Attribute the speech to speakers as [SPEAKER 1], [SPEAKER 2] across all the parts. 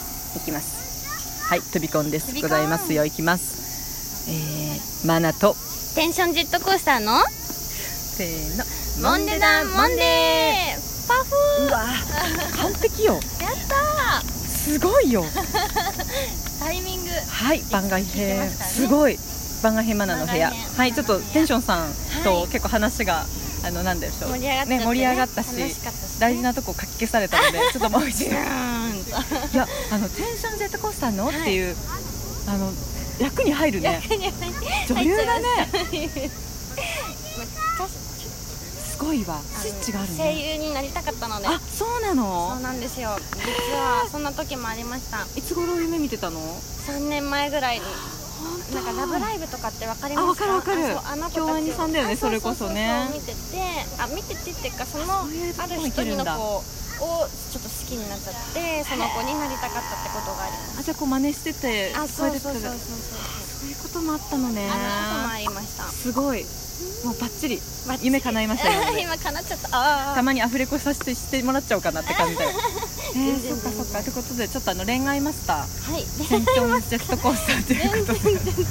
[SPEAKER 1] いきますはい飛び込んです
[SPEAKER 2] 飛び込ん
[SPEAKER 1] ございますよいきますえー、マナと
[SPEAKER 2] テンションジェットコースターの
[SPEAKER 1] せー
[SPEAKER 2] モンデダモンデーパフ
[SPEAKER 1] うわー完璧よ
[SPEAKER 2] ーやったー
[SPEAKER 1] すごいよ
[SPEAKER 2] タイミング
[SPEAKER 1] はい番外編、
[SPEAKER 2] 聞いてますからね
[SPEAKER 1] すごい番外編マナの部屋
[SPEAKER 2] 番外編
[SPEAKER 1] はいちょっとテンションさん
[SPEAKER 2] は
[SPEAKER 1] と
[SPEAKER 2] い
[SPEAKER 1] 結構話があのなんでしょう
[SPEAKER 2] 盛り上がっちゃったね
[SPEAKER 1] ね盛り上がった
[SPEAKER 2] 楽
[SPEAKER 1] し
[SPEAKER 2] しかったしね
[SPEAKER 1] 大事なとこかき消されたの でちょっともう一度
[SPEAKER 2] うーんと
[SPEAKER 1] いやあのテンションジェットコースターの、
[SPEAKER 2] はい
[SPEAKER 1] っていうあの役に入るね
[SPEAKER 2] 逆に入っちゃ
[SPEAKER 1] 女
[SPEAKER 2] い
[SPEAKER 1] 優
[SPEAKER 2] ました
[SPEAKER 1] だね
[SPEAKER 2] まあ確か
[SPEAKER 1] すごいわスイッチがある
[SPEAKER 2] 声
[SPEAKER 1] ね
[SPEAKER 2] 優になりたかったので
[SPEAKER 1] あそうな
[SPEAKER 2] そ
[SPEAKER 1] の
[SPEAKER 2] うなんですよ実はそんな時もありました
[SPEAKER 1] いつ頃夢見てたの
[SPEAKER 2] 3年前ぐらいになんか「ラブライブ!」とかって分かりますか
[SPEAKER 1] あわかるわかる
[SPEAKER 2] あそうあの子たち
[SPEAKER 1] 京アニさんだよね
[SPEAKER 2] あううう
[SPEAKER 1] それこそね
[SPEAKER 2] 見ててあ見ててっていうかその
[SPEAKER 1] そういうと
[SPEAKER 2] あ
[SPEAKER 1] こ
[SPEAKER 2] る
[SPEAKER 1] も行
[SPEAKER 2] 一
[SPEAKER 1] けるん
[SPEAKER 2] 人の
[SPEAKER 1] だ
[SPEAKER 2] 子をちょっと好きになっちゃってその子になりたかったってことがあります
[SPEAKER 1] あじゃあこう真似してて
[SPEAKER 2] あ
[SPEAKER 1] こ
[SPEAKER 2] そう
[SPEAKER 1] や
[SPEAKER 2] そ
[SPEAKER 1] っ
[SPEAKER 2] う
[SPEAKER 1] てた
[SPEAKER 2] そうそうそう
[SPEAKER 1] そういうこともあったのね
[SPEAKER 2] あのこともありました
[SPEAKER 1] すごいもうバッチリ
[SPEAKER 2] バッチリ
[SPEAKER 1] 夢叶いましたよ
[SPEAKER 2] 今叶っちゃったあ
[SPEAKER 1] た
[SPEAKER 2] あ
[SPEAKER 1] まにアフレコさせてしてもらっちゃおうかなって感じ だよえ
[SPEAKER 2] 全
[SPEAKER 1] ー、
[SPEAKER 2] 然
[SPEAKER 1] そっかそっか
[SPEAKER 2] 全然
[SPEAKER 1] ということでちょっとあの恋愛マスター
[SPEAKER 2] はい
[SPEAKER 1] テンションジェットコースターということで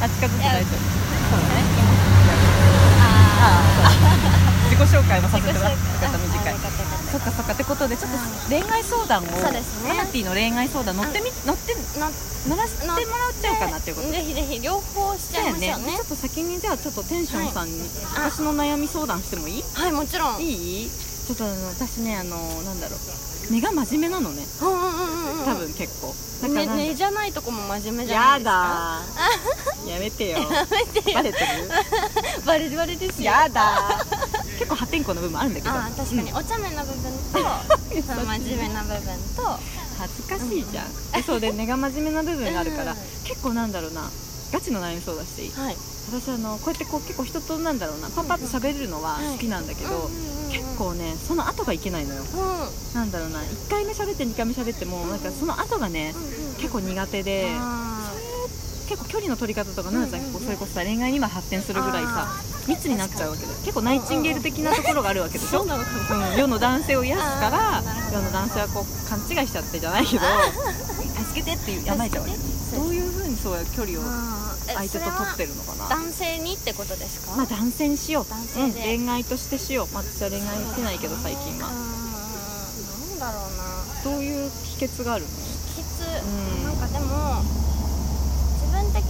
[SPEAKER 1] あ近づいてないとそうね
[SPEAKER 2] あ
[SPEAKER 1] 自己紹介も
[SPEAKER 2] ー
[SPEAKER 1] させてもらって
[SPEAKER 2] 自己紹介
[SPEAKER 1] 方短い
[SPEAKER 2] あーよかったよかった
[SPEAKER 1] そっかそっかってことでちょっと
[SPEAKER 2] う
[SPEAKER 1] 恋愛相談を
[SPEAKER 2] そうですね
[SPEAKER 1] マナティの恋愛相談乗ってみ乗って
[SPEAKER 2] な
[SPEAKER 1] 乗らせてもらっちゃおうかなっていうこと
[SPEAKER 2] ぜひぜひ両方しちゃいましょうね
[SPEAKER 1] ちょっと先にじゃあちょっとテンションさんに、
[SPEAKER 2] はい
[SPEAKER 1] 私の悩み相談してもいい
[SPEAKER 2] はいもちろん
[SPEAKER 1] いいちょっとあの私ねあのなんだろう根が真面目なのね
[SPEAKER 2] うんうんうんうん
[SPEAKER 1] 多分結構だ
[SPEAKER 2] ね
[SPEAKER 1] なん
[SPEAKER 2] ねじゃないとこも真面目じゃ
[SPEAKER 1] や
[SPEAKER 2] ないですか
[SPEAKER 1] だーやめてよ バレて
[SPEAKER 2] バレバレです
[SPEAKER 1] る
[SPEAKER 2] よ
[SPEAKER 1] やだー結構破天荒な部分もあるんだけど
[SPEAKER 2] あー確かにお茶目な部分と その真面目な部分と
[SPEAKER 1] 恥ずかしいじゃん、でそうで根が真面目な部分があるから、
[SPEAKER 2] うん
[SPEAKER 1] 結構なんだろうなガチの悩み相談していい
[SPEAKER 2] はい
[SPEAKER 1] 私あのこうやってこう結構人となんだろうなパパッと喋れるのは好きなんだけど、結構ねその後がいけないのよ
[SPEAKER 2] うんうんうん
[SPEAKER 1] なんだろうな1回目喋って2回目喋ってもなんかその後がね
[SPEAKER 2] うん
[SPEAKER 1] 結構苦手で
[SPEAKER 2] あ
[SPEAKER 1] 結構距離の取り方とか奈々ちゃん結構
[SPEAKER 2] うんうんうん
[SPEAKER 1] それこそさ恋愛にも発展するぐらいさ密になっちゃうわけで結構ナイチンゲール的なところがあるわけでしょ、
[SPEAKER 2] そうなのか
[SPEAKER 1] うん世の男性を癒すから
[SPEAKER 2] あーなるほど
[SPEAKER 1] 世の男性はこう勘違いしちゃってじゃないけど助けてっていう
[SPEAKER 2] ー
[SPEAKER 1] 甘えちゃうわけどういうふうにそういう距離を
[SPEAKER 2] あーえ
[SPEAKER 1] 相手と取ってるのか
[SPEAKER 2] そ
[SPEAKER 1] な
[SPEAKER 2] れは男性にってことですか
[SPEAKER 1] まあ男性にしよう
[SPEAKER 2] 男性で
[SPEAKER 1] うん、恋愛としてしよう、まあ、私は恋愛してないけど最近は
[SPEAKER 2] うんなんだろうな
[SPEAKER 1] どういう秘訣があるの
[SPEAKER 2] きつ、
[SPEAKER 1] ん
[SPEAKER 2] なんかでも自分的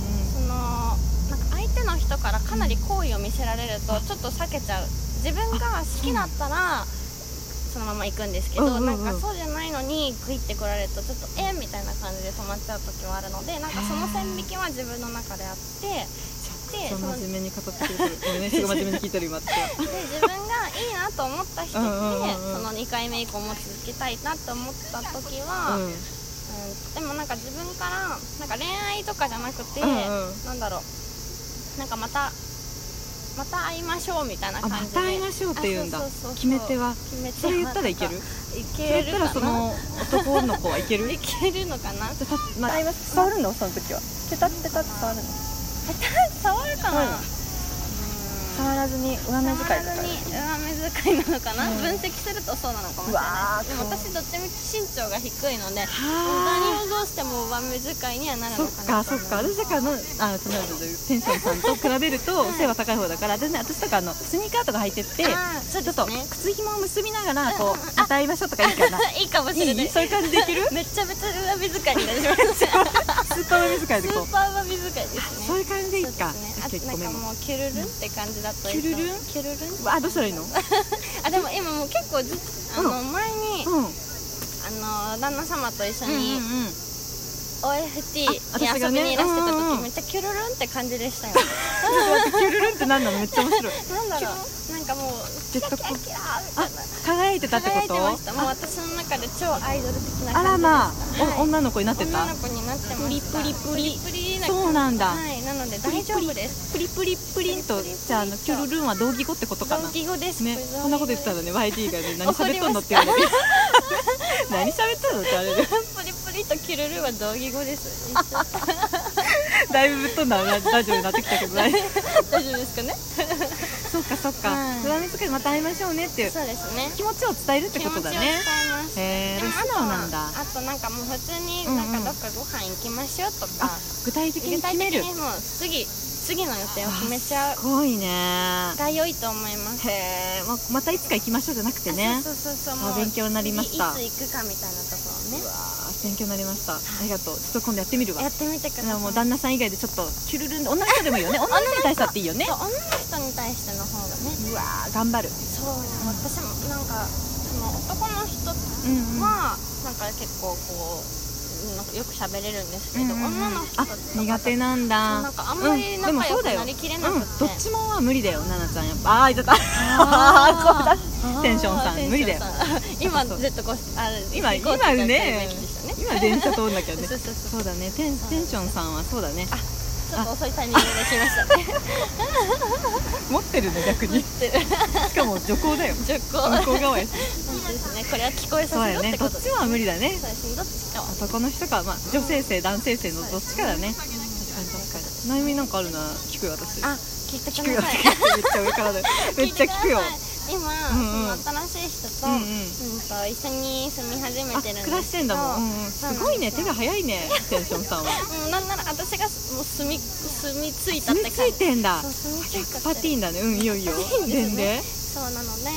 [SPEAKER 1] うんうん
[SPEAKER 2] そのなんか相手の人からかなり好意を見せられるとちょっと避けちゃう自分が好きだったらそのまま行くんですけど、
[SPEAKER 1] うんうんうん
[SPEAKER 2] なんかそうじゃないのにグイって来られるとちょっとえみたいな感じで止まっちゃう時はあるのでなんかその線引きは自分の中であってで
[SPEAKER 1] そう
[SPEAKER 2] その
[SPEAKER 1] 真面目に語ってくれてるごめんねすごい真面目に聞いてる 今って
[SPEAKER 2] で自分がいいなと思った人っ
[SPEAKER 1] うんう
[SPEAKER 2] て
[SPEAKER 1] んうんうん
[SPEAKER 2] その2回目以降も続けたいなと思った時は、
[SPEAKER 1] うん
[SPEAKER 2] うん、でもなんか自分からなんか恋愛とかじゃなくて、
[SPEAKER 1] うんうん
[SPEAKER 2] なんだろうなんかまたまた会いましょうみたいな
[SPEAKER 1] あま
[SPEAKER 2] 感じで
[SPEAKER 1] た会いましょうって言うんだ
[SPEAKER 2] あそうそうそうそう
[SPEAKER 1] 決め手は
[SPEAKER 2] 決め手
[SPEAKER 1] それ言ったらいける
[SPEAKER 2] い
[SPEAKER 1] そ
[SPEAKER 2] け
[SPEAKER 1] れ
[SPEAKER 2] る
[SPEAKER 1] 言ったそ
[SPEAKER 2] からな
[SPEAKER 1] の男の子はいける
[SPEAKER 2] いけるのか な
[SPEAKER 1] じゃあたまあ触るのその時はペタッペタッて触るの
[SPEAKER 2] 触るかな、
[SPEAKER 1] うん
[SPEAKER 2] うん
[SPEAKER 1] 触らずに上目遣いと
[SPEAKER 2] 触
[SPEAKER 1] から
[SPEAKER 2] ずに上目遣いなのかな、
[SPEAKER 1] うん
[SPEAKER 2] 分析するとそうなのかもし
[SPEAKER 1] う
[SPEAKER 2] れ
[SPEAKER 1] わ
[SPEAKER 2] な
[SPEAKER 1] ー
[SPEAKER 2] いでも私どっちみち身長が低いので
[SPEAKER 1] は
[SPEAKER 2] 何をどうしても上目遣いにはな
[SPEAKER 1] あ
[SPEAKER 2] る
[SPEAKER 1] そ
[SPEAKER 2] の
[SPEAKER 1] っ
[SPEAKER 2] か
[SPEAKER 1] か
[SPEAKER 2] な
[SPEAKER 1] そっか私だからなあそのテンションさんと比べると背は高い方だから全然私とかあのスニーカーとか履いてって
[SPEAKER 2] あーそう
[SPEAKER 1] ちょっ
[SPEAKER 2] で
[SPEAKER 1] と
[SPEAKER 2] すね
[SPEAKER 1] 靴紐を結びながらこうまた会いましょうとかいいか な
[SPEAKER 2] いいかもしれない
[SPEAKER 1] いいそういう感じでいけ る
[SPEAKER 2] めっちゃめちゃ上目遣いになり ました
[SPEAKER 1] スーパー上目遣い
[SPEAKER 2] ス
[SPEAKER 1] でこう
[SPEAKER 2] ーパー上目遣いですね
[SPEAKER 1] そういう感じでいい
[SPEAKER 2] そうです
[SPEAKER 1] か
[SPEAKER 2] ね
[SPEAKER 1] オッケー
[SPEAKER 2] あ
[SPEAKER 1] ご
[SPEAKER 2] と
[SPEAKER 1] め
[SPEAKER 2] なんんかもうキュルルンって感じだといい
[SPEAKER 1] キュルルン
[SPEAKER 2] キュルルン
[SPEAKER 1] わあどうしたらいいのう
[SPEAKER 2] あでも今もう結構ずあの前に
[SPEAKER 1] んうん
[SPEAKER 2] あの旦那様と一緒に
[SPEAKER 1] うん
[SPEAKER 2] OFT に
[SPEAKER 1] あ私が
[SPEAKER 2] 遊
[SPEAKER 1] ね
[SPEAKER 2] びにいらしてた
[SPEAKER 1] うんうんう
[SPEAKER 2] 時
[SPEAKER 1] ん
[SPEAKER 2] めっちゃキュルルンって感じ でしたよ
[SPEAKER 1] キュルルンってなんなのめっちゃ面白い
[SPEAKER 2] なんだろうなんかもう
[SPEAKER 1] ジェット
[SPEAKER 2] キ
[SPEAKER 1] コ
[SPEAKER 2] ラキラキラみたいな
[SPEAKER 1] 輝いてたって
[SPEAKER 2] 輝い
[SPEAKER 1] こ
[SPEAKER 2] て
[SPEAKER 1] と
[SPEAKER 2] ましたもう私の中で超アイドル的な感じでした
[SPEAKER 1] あらまあ、
[SPEAKER 2] はい
[SPEAKER 1] お女の子になってた
[SPEAKER 2] 女の子になってま
[SPEAKER 1] プリ
[SPEAKER 2] し
[SPEAKER 1] プ
[SPEAKER 2] た
[SPEAKER 1] リプリ
[SPEAKER 2] プリな
[SPEAKER 1] そうなんだ
[SPEAKER 2] はいなので大丈夫です
[SPEAKER 1] プリプリプリンと
[SPEAKER 2] プリプリプリンと
[SPEAKER 1] じゃああのキュルルンは同義語ってことかな
[SPEAKER 2] 同義語です
[SPEAKER 1] ね
[SPEAKER 2] れ同義語です
[SPEAKER 1] こんなこと言ってたらね YD が ね何
[SPEAKER 2] 怒
[SPEAKER 1] 喋っ
[SPEAKER 2] り
[SPEAKER 1] とんの
[SPEAKER 2] ま
[SPEAKER 1] っ
[SPEAKER 2] してた
[SPEAKER 1] 言われる何喋っとんのってあれで
[SPEAKER 2] プリプリとキュルルは同義語です。
[SPEAKER 1] だいぶぶっ飛んだララジオになってきたけどね
[SPEAKER 2] 大丈夫ですかね。
[SPEAKER 1] そっかそっか
[SPEAKER 2] うん
[SPEAKER 1] 裏目つけてまた会いましょうねっていう
[SPEAKER 2] そうですね
[SPEAKER 1] 気持ちを伝えるってことだ
[SPEAKER 2] 気持ちを
[SPEAKER 1] ね
[SPEAKER 2] 伝えます
[SPEAKER 1] へえ
[SPEAKER 2] でも
[SPEAKER 1] 素直なんだ
[SPEAKER 2] あとはあとなんかもう普通に
[SPEAKER 1] うんうん
[SPEAKER 2] なんかどっかご飯行きましょうとか、
[SPEAKER 1] あ具体的に
[SPEAKER 2] 具
[SPEAKER 1] 決
[SPEAKER 2] 体
[SPEAKER 1] め
[SPEAKER 2] 的
[SPEAKER 1] る
[SPEAKER 2] にもう次次の予定を決めちゃう
[SPEAKER 1] すごいね
[SPEAKER 2] が良いと思います
[SPEAKER 1] へえままたいつか行きましょうじゃなくてね
[SPEAKER 2] あそうそうそうそう
[SPEAKER 1] あ
[SPEAKER 2] もう
[SPEAKER 1] 勉強になりました
[SPEAKER 2] 次いつ行くかみたいなところをね
[SPEAKER 1] うわー勉強になりましたありがとうちょっと今度やってみるわ
[SPEAKER 2] やってみてくだ
[SPEAKER 1] で
[SPEAKER 2] さい
[SPEAKER 1] ももう旦那さん以外でちょっとキュルルンで女の人でもいいよね女の人に対してだっていいよね
[SPEAKER 2] そう女の人に対しての方がね
[SPEAKER 1] うわー頑張る
[SPEAKER 2] そう私もなんかその男の人
[SPEAKER 1] うんあ
[SPEAKER 2] はなんか結構こうなんかよく喋れるんですけど、
[SPEAKER 1] うんうんうん
[SPEAKER 2] 女の人とか
[SPEAKER 1] 苦手なん
[SPEAKER 2] そう
[SPEAKER 1] だ
[SPEAKER 2] なんかあんまり
[SPEAKER 1] でも
[SPEAKER 2] 仲
[SPEAKER 1] そ
[SPEAKER 2] 良
[SPEAKER 1] う
[SPEAKER 2] く
[SPEAKER 1] だよ
[SPEAKER 2] なりきれ
[SPEAKER 1] うん
[SPEAKER 2] なくて、
[SPEAKER 1] どっちもは無理だよ奈々ちゃんやっぱああーいっちゃった
[SPEAKER 2] あー
[SPEAKER 1] こうだテンションさん
[SPEAKER 2] あー
[SPEAKER 1] 無理だよ
[SPEAKER 2] テンションさん 今
[SPEAKER 1] そうそう
[SPEAKER 2] ジェットコースターあ
[SPEAKER 1] 今
[SPEAKER 2] 飛行機が
[SPEAKER 1] 今ね
[SPEAKER 2] 行った時でしたね
[SPEAKER 1] 今電車通るんだけどね
[SPEAKER 2] そうそうそう
[SPEAKER 1] そうだねテンテンションさんはそうだね
[SPEAKER 2] ちょっと遅いタイミングで来ましたね
[SPEAKER 1] 持ってるね逆に
[SPEAKER 2] ってる
[SPEAKER 1] しかも徐行だよ
[SPEAKER 2] 10個
[SPEAKER 1] 向こう側やし
[SPEAKER 2] ですねこれは聞こえ
[SPEAKER 1] そうだ
[SPEAKER 2] させろ
[SPEAKER 1] よ
[SPEAKER 2] っ
[SPEAKER 1] ね
[SPEAKER 2] て
[SPEAKER 1] ど
[SPEAKER 2] こ
[SPEAKER 1] っ
[SPEAKER 2] と
[SPEAKER 1] ちもは無理だね
[SPEAKER 2] そうですねどっちかは
[SPEAKER 1] 男の人か、まあ、女性性男性性のどっちかだね確かに確かに悩みなんかあるな聞くよ私
[SPEAKER 2] あ聞いて
[SPEAKER 1] 聞
[SPEAKER 2] く
[SPEAKER 1] くよ
[SPEAKER 2] だ
[SPEAKER 1] め
[SPEAKER 2] さい
[SPEAKER 1] っちゃ上からだよめっちゃ聞くよ
[SPEAKER 2] 聞いてください
[SPEAKER 1] うんう
[SPEAKER 2] 今、
[SPEAKER 1] ん
[SPEAKER 2] その新しい人と,、
[SPEAKER 1] う
[SPEAKER 2] うん
[SPEAKER 1] う
[SPEAKER 2] ん
[SPEAKER 1] ん
[SPEAKER 2] と一緒に住み始め
[SPEAKER 1] あ
[SPEAKER 2] てるんですけど
[SPEAKER 1] 暮らしてんだもん、うんうん、すごいね手が早い ねテンションさんは
[SPEAKER 2] うんなんなら私がすもう住み住み着いたっ
[SPEAKER 1] 住
[SPEAKER 2] て
[SPEAKER 1] み
[SPEAKER 2] 感
[SPEAKER 1] つ
[SPEAKER 2] じ
[SPEAKER 1] いてんだ
[SPEAKER 2] そう住み着いたっ
[SPEAKER 1] パ
[SPEAKER 2] て
[SPEAKER 1] ティーンだねうんいいよいいよ
[SPEAKER 2] いいんで
[SPEAKER 1] 全然
[SPEAKER 2] すねそうなので、
[SPEAKER 1] う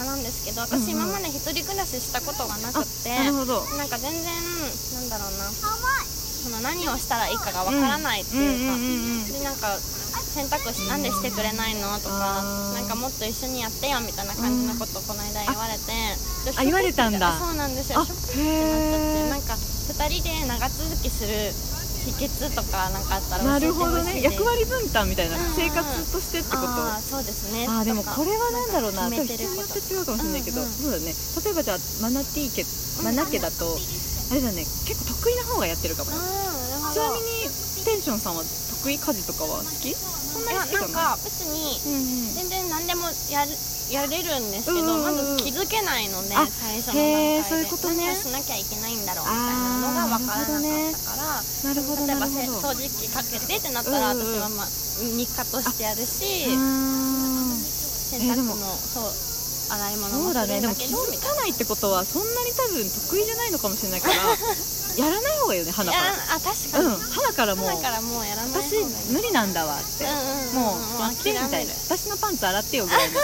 [SPEAKER 2] あなんですけど
[SPEAKER 1] うんうん
[SPEAKER 2] 私今まで一人暮らししたことがなくて、
[SPEAKER 1] んなるほど
[SPEAKER 2] なんか全然なんだろうなその何をしたらいいかがわからないっていうか、
[SPEAKER 1] うんうんうんうん
[SPEAKER 2] でなんか選択肢なんでしてくれないのとか
[SPEAKER 1] あー
[SPEAKER 2] なんかもっと一緒にやってよみたいな感じのことをこの間言われて、で
[SPEAKER 1] あ言われたんだ
[SPEAKER 2] ショックそうなんです
[SPEAKER 1] あ
[SPEAKER 2] よショック
[SPEAKER 1] へ
[SPEAKER 2] ってなっちゃって
[SPEAKER 1] え
[SPEAKER 2] なんか2人で長続きする秘訣とかなんかあったら
[SPEAKER 1] な
[SPEAKER 2] 教え
[SPEAKER 1] る
[SPEAKER 2] てほ
[SPEAKER 1] ほ
[SPEAKER 2] しい
[SPEAKER 1] ど
[SPEAKER 2] です
[SPEAKER 1] ね役割分担みたいな
[SPEAKER 2] うんうん
[SPEAKER 1] 生活としてってこと
[SPEAKER 2] あーそうですね
[SPEAKER 1] あーでも
[SPEAKER 2] とか
[SPEAKER 1] これはなんだろうな
[SPEAKER 2] 決め
[SPEAKER 1] 多分
[SPEAKER 2] てる
[SPEAKER 1] 人によ
[SPEAKER 2] こ
[SPEAKER 1] っ
[SPEAKER 2] と
[SPEAKER 1] て違うかもしれないけど、
[SPEAKER 2] うんうん
[SPEAKER 1] そうだね例えばじゃあマナティー家マナ家だと、あれだね結構得意な方がやってるかも
[SPEAKER 2] あー
[SPEAKER 1] よ
[SPEAKER 2] なるほど
[SPEAKER 1] ちなみにテンションさんは得意家事とかは好きそん
[SPEAKER 2] い
[SPEAKER 1] なに好
[SPEAKER 2] や
[SPEAKER 1] きじゃ
[SPEAKER 2] なん
[SPEAKER 1] ない
[SPEAKER 2] か別に
[SPEAKER 1] うんうん
[SPEAKER 2] 全然何でもやるやれるんですけど、
[SPEAKER 1] うんうんうん
[SPEAKER 2] まず気づけないので
[SPEAKER 1] あ
[SPEAKER 2] 最初の段階
[SPEAKER 1] へー
[SPEAKER 2] で
[SPEAKER 1] そういうことね
[SPEAKER 2] 何をしなきゃいけないんだろうみたいなのが分からなかったから、
[SPEAKER 1] なるほど
[SPEAKER 2] 例
[SPEAKER 1] な
[SPEAKER 2] えば
[SPEAKER 1] る
[SPEAKER 2] せ
[SPEAKER 1] ほど
[SPEAKER 2] 掃除機かけてってなったら、
[SPEAKER 1] うんうん
[SPEAKER 2] 私は、まあ、日課としてやるし、
[SPEAKER 1] あーえー
[SPEAKER 2] 洗
[SPEAKER 1] で
[SPEAKER 2] 濯
[SPEAKER 1] も
[SPEAKER 2] もそう洗い物
[SPEAKER 1] そ
[SPEAKER 2] も
[SPEAKER 1] う
[SPEAKER 2] す
[SPEAKER 1] だ
[SPEAKER 2] るんだ
[SPEAKER 1] ね
[SPEAKER 2] け
[SPEAKER 1] で
[SPEAKER 2] ど
[SPEAKER 1] も
[SPEAKER 2] み
[SPEAKER 1] 気づ
[SPEAKER 2] たい
[SPEAKER 1] か
[SPEAKER 2] な。
[SPEAKER 1] ないってことはそんなに多分得意じゃないのかもしれない からやらない方がいいよね花か
[SPEAKER 2] やら
[SPEAKER 1] ら
[SPEAKER 2] あ確
[SPEAKER 1] うん
[SPEAKER 2] かに、
[SPEAKER 1] 花からもう
[SPEAKER 2] だからもうやらない方がい
[SPEAKER 1] 私
[SPEAKER 2] い
[SPEAKER 1] 無理なんだわって、
[SPEAKER 2] うんうん
[SPEAKER 1] も
[SPEAKER 2] うん
[SPEAKER 1] うやってみた
[SPEAKER 2] 諦め
[SPEAKER 1] い
[SPEAKER 2] る
[SPEAKER 1] な私のパンツ洗ってよぐらいの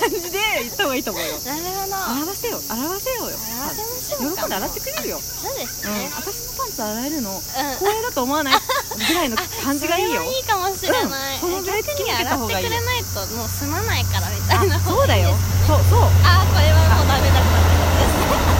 [SPEAKER 1] 感じで言った方がいいと 思うよ
[SPEAKER 2] なるほど
[SPEAKER 1] 洗わせよ洗わせようよ
[SPEAKER 2] 洗わせましょうか
[SPEAKER 1] 喜んで洗ってくれるよ、
[SPEAKER 2] そうです
[SPEAKER 1] うん、
[SPEAKER 2] ね、
[SPEAKER 1] 私のパンツ洗えるの
[SPEAKER 2] うん
[SPEAKER 1] 光栄だと思わないぐらいの感じがいいよ
[SPEAKER 2] それはいいかもしれない、
[SPEAKER 1] うんそのぐらい突き抜けた方
[SPEAKER 2] 逆に
[SPEAKER 1] がいい
[SPEAKER 2] 洗ってくれないともう済まないからみた
[SPEAKER 1] あ
[SPEAKER 2] いな
[SPEAKER 1] そうだよそうそう
[SPEAKER 2] あーこれはもうダメだったで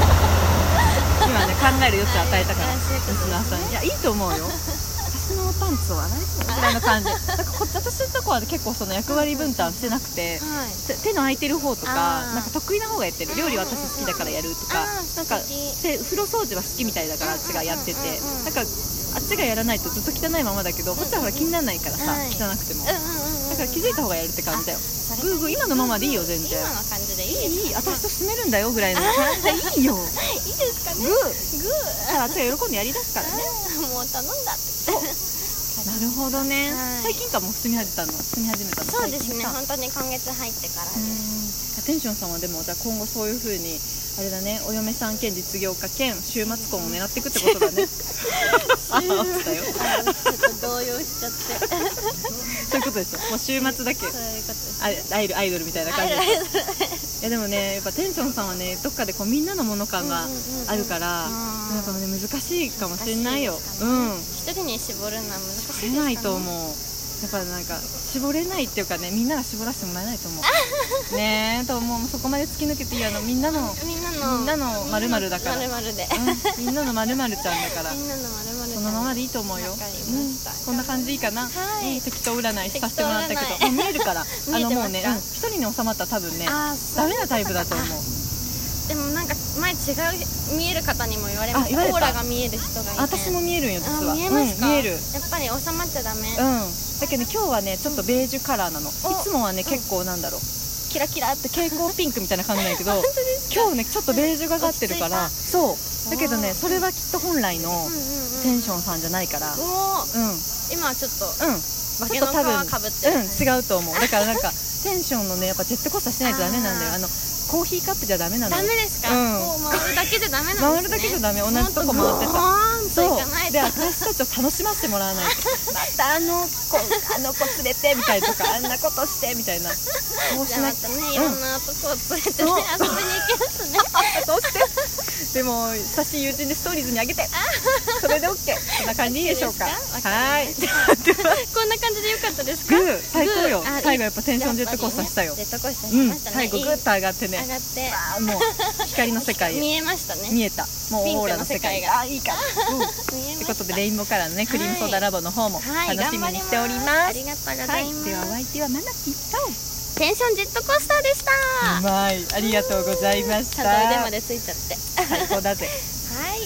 [SPEAKER 1] 今ね考える余地を与えた から
[SPEAKER 2] はいそういうこと
[SPEAKER 1] リ
[SPEAKER 2] ですね
[SPEAKER 1] スナーさんいやいいと思うよ私のパンツを洗えそうぐらいの感じなんかこっち私のとこは結構その役割分担してなくて、
[SPEAKER 2] すはい
[SPEAKER 1] 手手の空いてる方とか
[SPEAKER 2] あー
[SPEAKER 1] なんか得意な方がやってる料理は私好きだからやるとか
[SPEAKER 2] あー
[SPEAKER 1] なんか
[SPEAKER 2] 素敵
[SPEAKER 1] せ風呂掃除は好きみたいだからあっちがやってて
[SPEAKER 2] うんうんうんうん
[SPEAKER 1] なんかあっちがやらないとずっと汚いままだけどこっちはほら気にならないからさ
[SPEAKER 2] はい
[SPEAKER 1] 汚くても
[SPEAKER 2] うんうんうん
[SPEAKER 1] だから気づいた方がやるって感じだよ
[SPEAKER 2] それ
[SPEAKER 1] グーグー今のままでいいよ全然
[SPEAKER 2] 今の感じでいいで
[SPEAKER 1] い
[SPEAKER 2] す
[SPEAKER 1] いいい私と住めるんだよぐらいの感じでいいよ
[SPEAKER 2] いいですか
[SPEAKER 1] グ
[SPEAKER 2] ね
[SPEAKER 1] ー
[SPEAKER 2] グー
[SPEAKER 1] したらあっちが喜んでやりだすからね
[SPEAKER 2] あーもう頼んだって
[SPEAKER 1] そうなるほどね
[SPEAKER 2] はい
[SPEAKER 1] 最近かもう住み始めたの住み始めたの
[SPEAKER 2] そうです
[SPEAKER 1] 最
[SPEAKER 2] ね
[SPEAKER 1] 近か
[SPEAKER 2] 本当に今月入ってから
[SPEAKER 1] う
[SPEAKER 2] です
[SPEAKER 1] んテンションさんはでもじゃあ今後そういうふうにあれだねお嫁さん兼実業家兼週末婚を狙っていくってこと だねあ落ちたよ
[SPEAKER 2] あーちょっと動揺しちゃってそういう
[SPEAKER 1] そういうことでしょもう週末だけ
[SPEAKER 2] ことです
[SPEAKER 1] あアイドルアイドルみたいな
[SPEAKER 2] あ
[SPEAKER 1] 感じ
[SPEAKER 2] れ
[SPEAKER 1] で
[SPEAKER 2] あ
[SPEAKER 1] しょいや
[SPEAKER 2] れだ
[SPEAKER 1] でもねやっぱテンションさんはねどっかでこうみんなのもの感があるから、
[SPEAKER 2] うんうんうんうん
[SPEAKER 1] なんかね難しいかもしれないよ
[SPEAKER 2] 難しいです
[SPEAKER 1] う
[SPEAKER 2] か
[SPEAKER 1] ん
[SPEAKER 2] ね一人に絞るのは難し
[SPEAKER 1] 取
[SPEAKER 2] いですか
[SPEAKER 1] れない
[SPEAKER 2] ね
[SPEAKER 1] と思うやっぱなんか絞れないっていうかねみんなが絞らせてもらえないと思 うねえと思うもうそこまで突き抜けていいあのみんなの
[SPEAKER 2] みんなの
[SPEAKER 1] みんなの〇〇だから
[SPEAKER 2] みんなの〇〇で
[SPEAKER 1] うんみんなのまるまるちゃんだから
[SPEAKER 2] みんなの〇〇
[SPEAKER 1] そのままでいいと思うよ、
[SPEAKER 2] わかりました
[SPEAKER 1] うんこんな感じでいいかな、
[SPEAKER 2] はい
[SPEAKER 1] うん適当占いさせてもらったけ
[SPEAKER 2] 適
[SPEAKER 1] ども
[SPEAKER 2] 当占
[SPEAKER 1] う見えるからあ
[SPEAKER 2] 見え
[SPEAKER 1] の
[SPEAKER 2] てますか
[SPEAKER 1] もうねうん一、人に収まったら多分ね
[SPEAKER 2] あーそう
[SPEAKER 1] ダメなタイプだと思う
[SPEAKER 2] でもなんか前違う見える方にも言われま
[SPEAKER 1] あ
[SPEAKER 2] し
[SPEAKER 1] 言われ
[SPEAKER 2] た
[SPEAKER 1] た
[SPEAKER 2] オーラが見える人がいて
[SPEAKER 1] 私も見えるんよ実
[SPEAKER 2] あ
[SPEAKER 1] は
[SPEAKER 2] 見えますか、
[SPEAKER 1] うん、見える
[SPEAKER 2] やっぱり収まっちゃダメ、
[SPEAKER 1] うんだけどね今日はねちょっとベージュカラーなのい
[SPEAKER 2] お
[SPEAKER 1] つもはね結構なんだろうキラキラって蛍光ピンクみたいな感じなんやけど
[SPEAKER 2] 当です
[SPEAKER 1] 今日ねちょっとベージュがかってるから
[SPEAKER 2] 落
[SPEAKER 1] そうだけどね
[SPEAKER 2] おー
[SPEAKER 1] それはきっと本来の
[SPEAKER 2] うんうんうん
[SPEAKER 1] テンションさんじゃないから
[SPEAKER 2] おー
[SPEAKER 1] うん
[SPEAKER 2] 今はちょっと
[SPEAKER 1] うん、ち
[SPEAKER 2] 化け
[SPEAKER 1] ょっと多分
[SPEAKER 2] の皮被ってる
[SPEAKER 1] うん違うと思うだからなんかテンションのねやっぱジェットコースターしてないとダメなんだよ
[SPEAKER 2] あー
[SPEAKER 1] あのコーヒーカップじゃダメなの
[SPEAKER 2] ダメですか、
[SPEAKER 1] うん
[SPEAKER 2] こう回るだけじゃダメなんですね
[SPEAKER 1] 回るだけじゃダメ同じとこ回ってた
[SPEAKER 2] もっとゴーンと
[SPEAKER 1] そ
[SPEAKER 2] いかないうと
[SPEAKER 1] で私たちを楽しませてもらわないと またあの子あの子連れてみたいとかあんなことしてみたいなそう
[SPEAKER 2] じ
[SPEAKER 1] し
[SPEAKER 2] ゃあ
[SPEAKER 1] な
[SPEAKER 2] ま
[SPEAKER 1] き
[SPEAKER 2] た
[SPEAKER 1] ゃ
[SPEAKER 2] ね、いろんなとこを連れてね、
[SPEAKER 1] そう
[SPEAKER 2] 遊びに行けますね
[SPEAKER 1] そうしてでも写真友人でストーリーズにあげてそれで OK こんな感じいいでしょうか
[SPEAKER 2] いいですか
[SPEAKER 1] はーい
[SPEAKER 2] こんな感じでよかったです
[SPEAKER 1] グ
[SPEAKER 2] か
[SPEAKER 1] ー最高よ
[SPEAKER 2] グーあ
[SPEAKER 1] 最後やっぱテンションジェットコースターしたよ、
[SPEAKER 2] ジェットコースターし
[SPEAKER 1] うん
[SPEAKER 2] ましたね、
[SPEAKER 1] 最後グーッと上がって
[SPEAKER 2] いい
[SPEAKER 1] ね
[SPEAKER 2] 上がって
[SPEAKER 1] あーもう光の世界へ
[SPEAKER 2] 見えましたね
[SPEAKER 1] 見えたもうオーラの世界
[SPEAKER 2] ピンクの世界が
[SPEAKER 1] あーいいかうんと
[SPEAKER 2] 見えま
[SPEAKER 1] いう
[SPEAKER 2] し
[SPEAKER 1] こ
[SPEAKER 2] た
[SPEAKER 1] とでレインボーカラーのね
[SPEAKER 2] い
[SPEAKER 1] クリームソーダラボの方も
[SPEAKER 2] はい
[SPEAKER 1] 楽しみにしております
[SPEAKER 2] ありがとうご
[SPEAKER 1] は
[SPEAKER 2] ざ
[SPEAKER 1] い
[SPEAKER 2] います、
[SPEAKER 1] ではお相手はマナピーと
[SPEAKER 2] テンションジェットコースターでした
[SPEAKER 1] うまいありがとうございまし
[SPEAKER 2] ち
[SPEAKER 1] た
[SPEAKER 2] ゃんと腕までついちゃって
[SPEAKER 1] 最高だぜ
[SPEAKER 2] はい